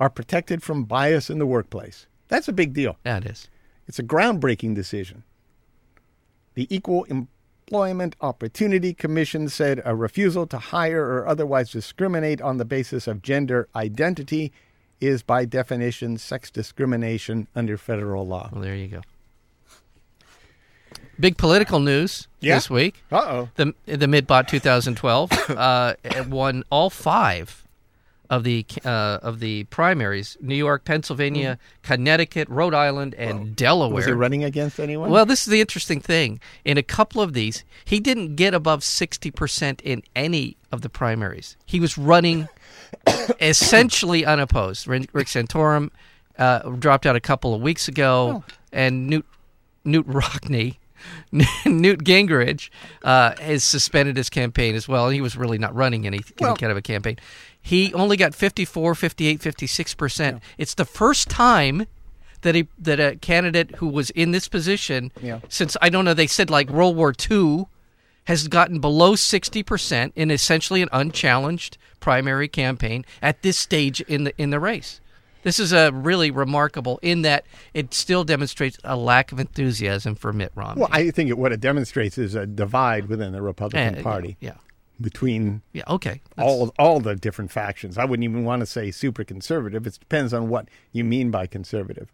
S1: are protected from bias in the workplace. That's a big deal.
S2: that is
S1: It's a groundbreaking decision. The Equal Employment Opportunity Commission said a refusal to hire or otherwise discriminate on the basis of gender identity is, by definition, sex discrimination under federal law.
S2: well there you go big political news
S1: Yeah.
S2: this week
S1: Uh oh.
S2: the the Midbot 2012 uh, won all five of the uh, of the primaries: New York, Pennsylvania, Connecticut, Rhode Island, and Delaware.
S1: Hmm. Was he running against anyone?
S2: Well, this is the interesting thing. In a couple of these, he didn't get above 60% in any of the primaries. He was running essentially unopposed. Rin- Rick Santorum uh, dropped out a couple of weeks ago, and Newt, Newt Rockney. Newt Gingrich uh, has suspended his campaign as well. He was really not running any, any kind of a campaign. He only got 54, 58, 56%. It's the first time that a that a candidate who was in this position
S1: Yeah.
S2: since I don't know they said like World War II has gotten below 60% in essentially an unchallenged primary campaign at this stage in the in the race. This is a really remarkable in that it still demonstrates a lack of enthusiasm for Mitt Romney.
S1: Well, I think it, what it demonstrates is a divide within the
S2: Eh,
S1: Republican
S2: yeah,
S1: Party
S2: Yeah.
S1: between
S2: Yeah, okay. That's-
S1: all all the different factions. I wouldn't even want to say super conservative. It depends on what you mean by conservative.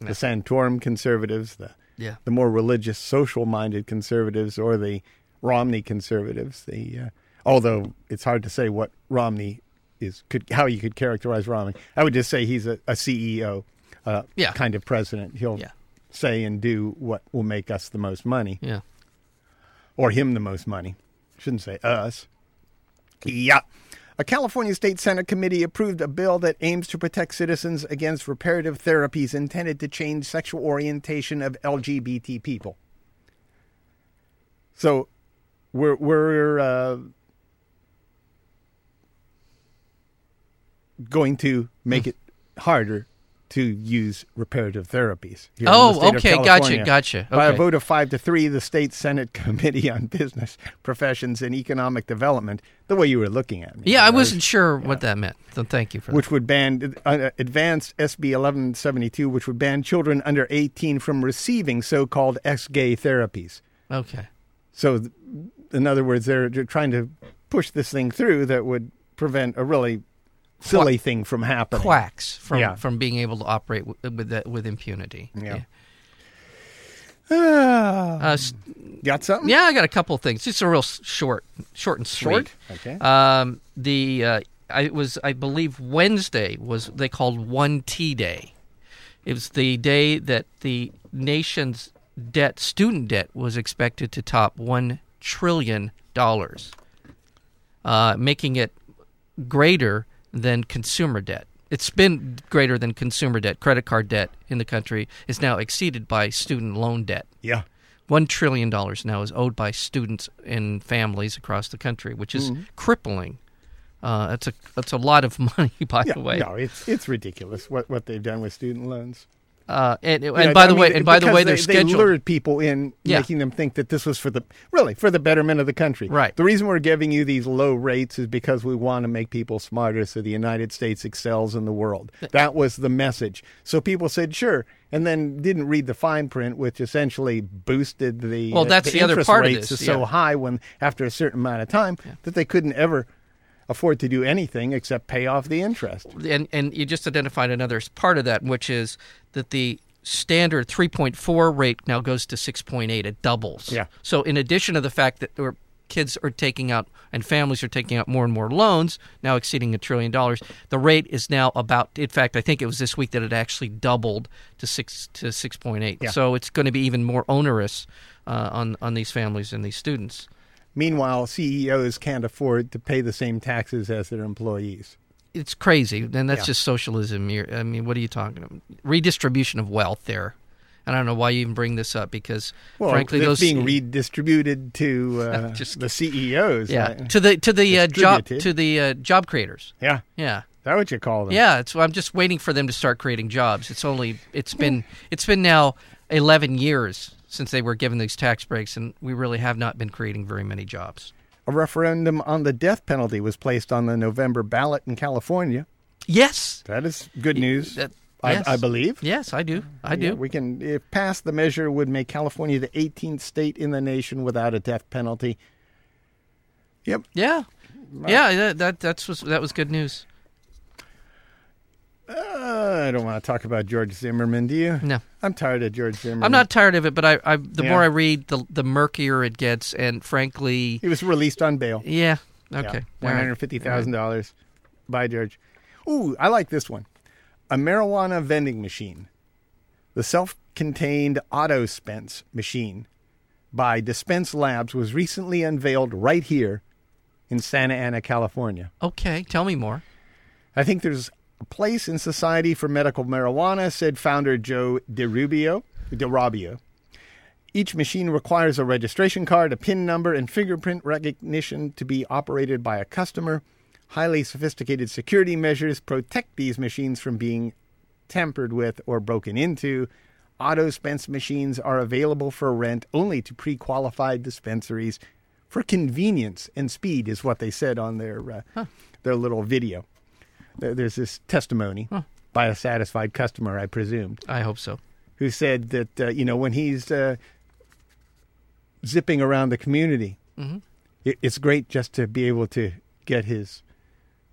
S1: The Santorum conservatives, the
S2: Yeah.
S1: the more religious, social minded conservatives, or the Romney conservatives. The uh, although it's hard to say what Romney is, could how you could characterize Romney. I would just say he's a, a CEO, uh,
S2: Yeah.
S1: kind of president. He'll
S2: Yeah.
S1: say and do what will make us the most money
S2: Yeah.
S1: or him the most money. Shouldn't say us. Yeah. A California State Senate committee approved a bill that aims to protect citizens against reparative therapies intended to change sexual orientation of LGBT people. So we're we're uh, going to make it harder to use reparative therapies. here in the
S2: Oh,
S1: state of
S2: okay, gotcha,
S1: California.
S2: gotcha,
S1: By a
S2: okay.
S1: vote vote of five to three, the state Senate Committee on Business, Professions, and Economic Development, the way you were looking at me.
S2: Yeah, I
S1: There's-
S2: wasn't sure what that meant. So thank you for that.
S1: Which would ban uh, advanced SB 1172, which would ban children under 18 from receiving so called ex gay therapies.
S2: Okay.
S1: So, th- in other words, they're, they're trying to push this thing through that would prevent a really silly thing from happening.
S2: Quacks from
S1: Yeah.
S2: from being able to operate with with, that, with impunity.
S1: Yeah. Ah,
S2: Uh, s-
S1: Got something?
S2: yeah, I got a couple of things. It's a real s- short, short and sweet.
S1: Short? Okay.
S2: Um, the uh, I it was I believe Wednesday was they called One T Day. It was the day that the nation's debt, student debt, was expected to top one trillion dollars, uh, making it greater than consumer debt. It's been greater than consumer debt. Credit card debt in the country is now exceeded by student loan debt.
S1: Yeah.
S2: One trillion dollars now is owed by students and families across the country, which is
S1: Mm-hmm.
S2: crippling. Uh, that's a that's a lot of money, by
S1: Yeah.
S2: the way.
S1: No, it's, it's ridiculous what, what they've done with student loans.
S2: Uh, and and
S1: Yeah,
S2: by
S1: I
S2: the
S1: mean,
S2: way, and by the
S1: because
S2: way, they're
S1: they,
S2: scheduled.
S1: They lured people in,
S2: Yeah.
S1: making them think that this was for the really for the betterment of the country.
S2: Right.
S1: The reason we're giving you these low rates is because we want to make people smarter, so the United States excels in the world. That was the message. So people said sure, and then didn't read the fine print, which essentially boosted the
S2: Well,
S1: uh,
S2: that's the other
S1: interest
S2: part of
S1: rates
S2: this,
S1: is so
S2: yeah.
S1: high when after a certain amount of time that they couldn't ever afford to do anything except pay off the interest.
S2: and and you just identified another s- part of that, which is that the standard 3.4 rate now goes to 6.8. It doubles.
S1: Yeah.
S2: So in addition to the fact that there kids are taking out and families are taking out more and more loans, now exceeding a trillion dollars, the rate is now about. In fact, I think it was this week that it actually doubled to six to 6.8.
S1: Yeah.
S2: So it's going to be even more onerous uh, on on these families and these students.
S1: Meanwhile, CEOs can't afford to pay the same taxes as their employees.
S2: It's crazy, and that's
S1: Yeah.
S2: just socialism. You're, I mean, what are you talking about? Redistribution of wealth there. And I don't know why you even bring this up because,
S1: Well,
S2: frankly,
S1: that's
S2: those E
S1: being redistributed to uh,
S2: Just-
S1: the CEOs.
S2: yeah
S1: right?
S2: to the to the uh, job
S1: Distributed.
S2: to the uh, job creators.
S1: yeah.
S2: Yeah,
S1: Is that what you call them?
S2: yeah. It's, I'm just waiting for them to start creating jobs. It's only it's been it's been now 11 years since they were given these tax breaks, and we really have not been creating very many jobs.
S1: A referendum on the death penalty was placed on the November ballot in California.
S2: Yes,
S1: That is good news.
S2: that-
S1: I,
S2: yes.
S1: I believe.
S2: yes, I do, I do.
S1: Yeah, we can if passed the measure would make California the 18th state in the nation without a death penalty. Yep.
S2: yeah, yeah. That, that that's was that was good news.
S1: Uh, I don't want to talk about George Zimmerman, do you?
S2: No.
S1: I'm tired of George Zimmerman.
S2: I'm not tired of it, but I, I the
S1: Mm-hmm. Yeah.
S2: more I read, the the murkier it gets, and frankly,
S1: He was released on bail.
S2: yeah, okay, all
S1: One
S2: right.
S1: hundred fifty thousand dollars. Bye, George. Ooh, I like this one. A marijuana vending machine. The self-contained auto dispense machine by Dispense Labs was recently unveiled right here in Santa Ana, California.
S2: Okay, tell me more.
S1: I think there's a place in society for medical marijuana, said founder Joe DeRubio. DeRubio. Each machine requires a registration card, a PIN number, and fingerprint recognition to be operated by a customer. Highly sophisticated security measures protect these machines from being tampered with or broken into. Auto dispense machines are available for rent only to pre qualified dispensaries for convenience and speed, is what they said on their, uh, their little video. There- There's this testimony by a satisfied customer, I presumed
S2: I hope so.
S1: who said that uh, you know when he's uh, zipping around the community,
S2: Mm-hmm.
S1: it, it's great just to be able to get his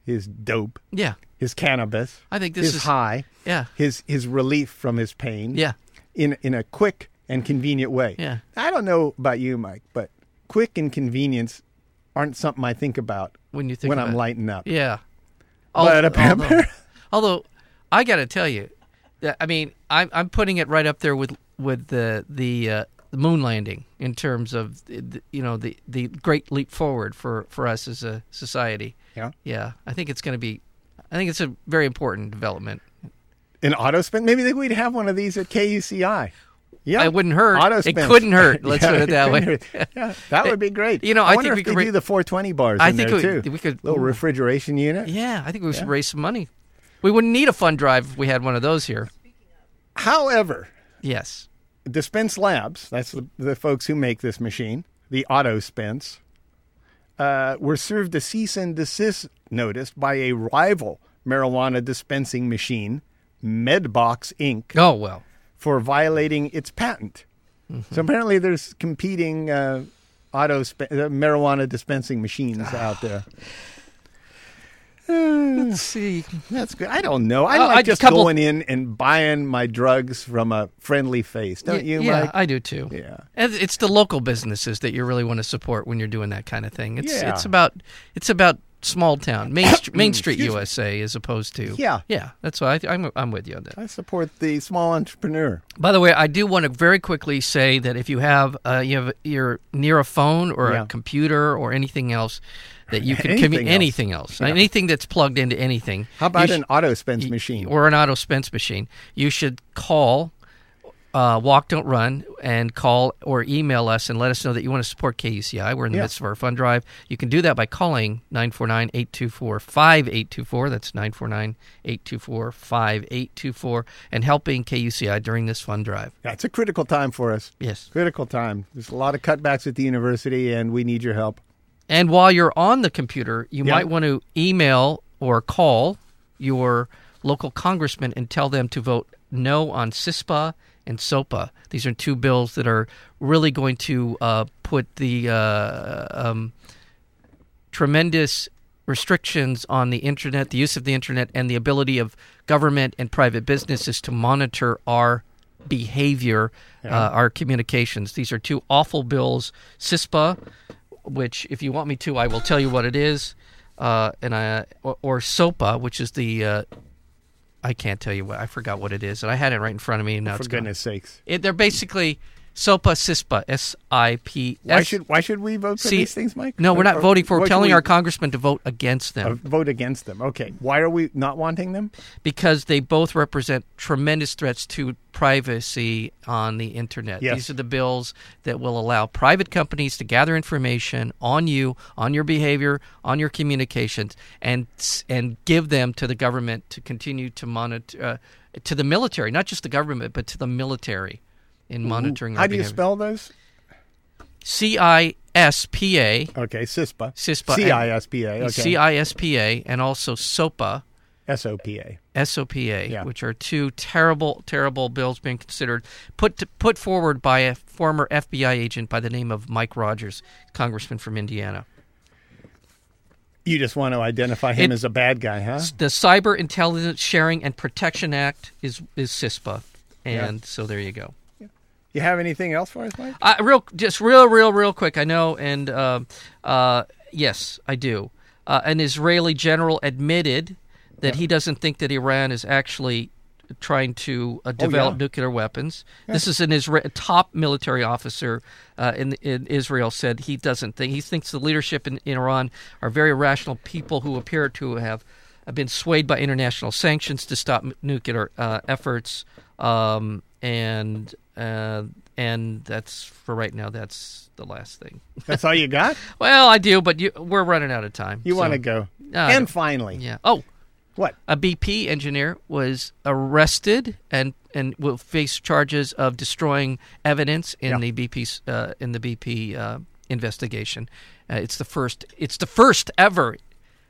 S1: his dope,
S2: Yeah,
S1: his cannabis,
S2: I think this
S1: his
S2: is-
S1: high,
S2: yeah,
S1: his his relief from his pain,
S2: Yeah.
S1: in in a quick and convenient way.
S2: Yeah.
S1: I don't know about you, Mike, but quick and convenience aren't something I think about
S2: When you think
S1: when
S2: about
S1: I'm
S2: it.
S1: lighting up.
S2: yeah.
S1: But
S2: although-
S1: apparently-
S2: although I got to tell you, that I mean, I'm I'm putting it right up there with with the the, uh, the moon landing in terms of the, the- you know the the great leap forward for for us as a society.
S1: Yeah.
S2: Yeah, I think it's going to be. I think it's a very important development.
S1: An auto spin? Maybe they- we'd have one of these at KUCI. Yeah,
S2: It wouldn't hurt.
S1: Auto
S2: It
S1: spin.
S2: couldn't hurt. Let's put it that
S1: couldn't
S2: way.
S1: hurt. yeah, that would be great.
S2: You know, I think
S1: wonder
S2: we
S1: if
S2: could
S1: they
S2: re-
S1: do the 420 bars.
S2: I
S1: in
S2: think
S1: there
S2: we-
S1: too.
S2: we could-
S1: little refrigeration unit.
S2: Yeah, I think we should raise some money. We wouldn't need a fund drive if we had one of those here.
S1: However,
S2: Yes.
S1: Dispense Labs, that's the, the folks who make this machine, the Auto Spence, uh, were served a cease and desist notice by a rival marijuana dispensing machine, Medbox Inc.,
S2: Oh well.
S1: for violating its patent.
S2: Mm-hmm.
S1: So apparently, there's competing uh, auto sp- uh, marijuana dispensing machines out there.
S2: Let's see.
S1: That's good. I don't know. I
S2: Uh,
S1: like
S2: I-
S1: just
S2: couple-
S1: going in and buying my drugs from a friendly face, don't
S2: Yeah,
S1: you,
S2: yeah,
S1: Mike?
S2: I do too.
S1: Yeah.
S2: And it's the local businesses that you really want to support when you're doing that kind of thing. It's
S1: Yeah.
S2: it's about it's about small town Main, St- Main Street USA as opposed to
S1: Yeah.
S2: yeah. That's why I, I'm I'm with you on that.
S1: I support the small entrepreneur.
S2: By the way, I do want to very quickly say that if you have uh, you have you're near a phone or
S1: Yeah.
S2: a computer or anything else that you can
S1: Anything
S2: commu-
S1: else.
S2: anything else, anything that's plugged into anything.
S1: How about
S2: you
S1: an auto spends machine?
S2: or an auto spence machine, you should call uh, Walk Don't Run and call or email us and let us know that you want to support KUCI. We're in the
S1: Yeah.
S2: midst of our fund drive. You can do that by calling 949 824 5824. That's 949 824 5824 and helping KUCI during this fund drive.
S1: yeah, it's a critical time for us.
S2: Yes.
S1: Critical time. There's a lot of cutbacks at the university, and we need your help.
S2: And while you're on the computer, you
S1: Yeah.
S2: might want to email or call your local congressman and tell them to vote no on CISPA and SOPA. These are two bills that are really going to uh, put the uh, um, tremendous restrictions on the internet, the use of the internet, and the ability of government and private businesses to monitor our behavior, uh, our communications. These are two awful bills. CISPA, which, if you want me to, I will tell you what it is, uh, and I, or, or SOPA, which is the. Uh, I can't tell you what I forgot what it is, and I had it right in front of me. And now
S1: For
S2: it's gone.
S1: goodness sakes.
S2: It, they're basically SOPA, CISPA, S I P S.
S1: Why should why should we vote for
S2: See-
S1: these things, Mike?
S2: No, we're not
S1: Or-
S2: voting for.
S1: why
S2: We're
S1: should
S2: telling
S1: we
S2: our congressman to vote against them
S1: uh, vote against them. Okay. Why are we not wanting them?
S2: because they both represent tremendous threats to privacy on the internet.
S1: Yes.
S2: These are the bills that will allow private companies to gather information on you, on your behavior, on your communications, and and give them to the government to continue to monitor uh, to the military, not just the government, but to the military in monitoring. our
S1: How do you
S2: behavior.
S1: spell those?
S2: C I S P A?
S1: Okay, CISPA.
S2: CISPA.
S1: C-I-S-P-A. Okay.
S2: CISPA and also SOPA,
S1: S-O-P-A.
S2: SOPA,
S1: Yeah.
S2: which are two terrible, terrible bills being considered put to, put forward by a former FBI agent by the name of Mike Rogers, congressman from Indiana.
S1: You just want to identify him
S2: It-
S1: as a bad guy, huh?
S2: The Cyber Intelligence Sharing and Protection Act is is CISPA, and so there you go.
S1: You have anything else for us, Mike?
S2: I, real, just real, real, real quick. I know, and uh, uh, yes, I do. Uh, an Israeli general admitted that he doesn't think that Iran is actually trying to uh, develop nuclear weapons. This is an Isra- a top military officer uh, in, in Israel said he doesn't think he thinks the leadership in, in Iran are very rational people who appear to have have been swayed by international sanctions to stop m- nuclear uh, efforts, um, and uh, and that's for right now. That's the last thing.
S1: That's all you got?
S2: Well, I do, but you, we're running out of time.
S1: You
S2: so-
S1: want to go.
S2: No, I
S1: and
S2: don't-
S1: finally,
S2: Yeah. Oh,
S1: what?
S2: a BP engineer was arrested and and will face charges of destroying evidence in
S1: Yeah.
S2: the BP uh, in the BP uh, investigation. Uh, it's the first. It's the first ever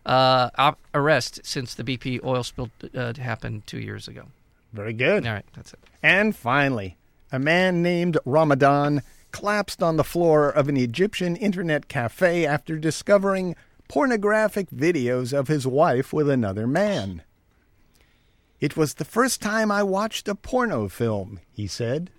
S2: uh, op- arrest since the BP oil spill uh, happened two years ago.
S1: Very good.
S2: All right, that's it.
S1: And finally, a man named Ramadan collapsed on the floor of an Egyptian internet cafe after discovering pornographic videos of his wife with another man. It was the first time I watched a porno film, he said.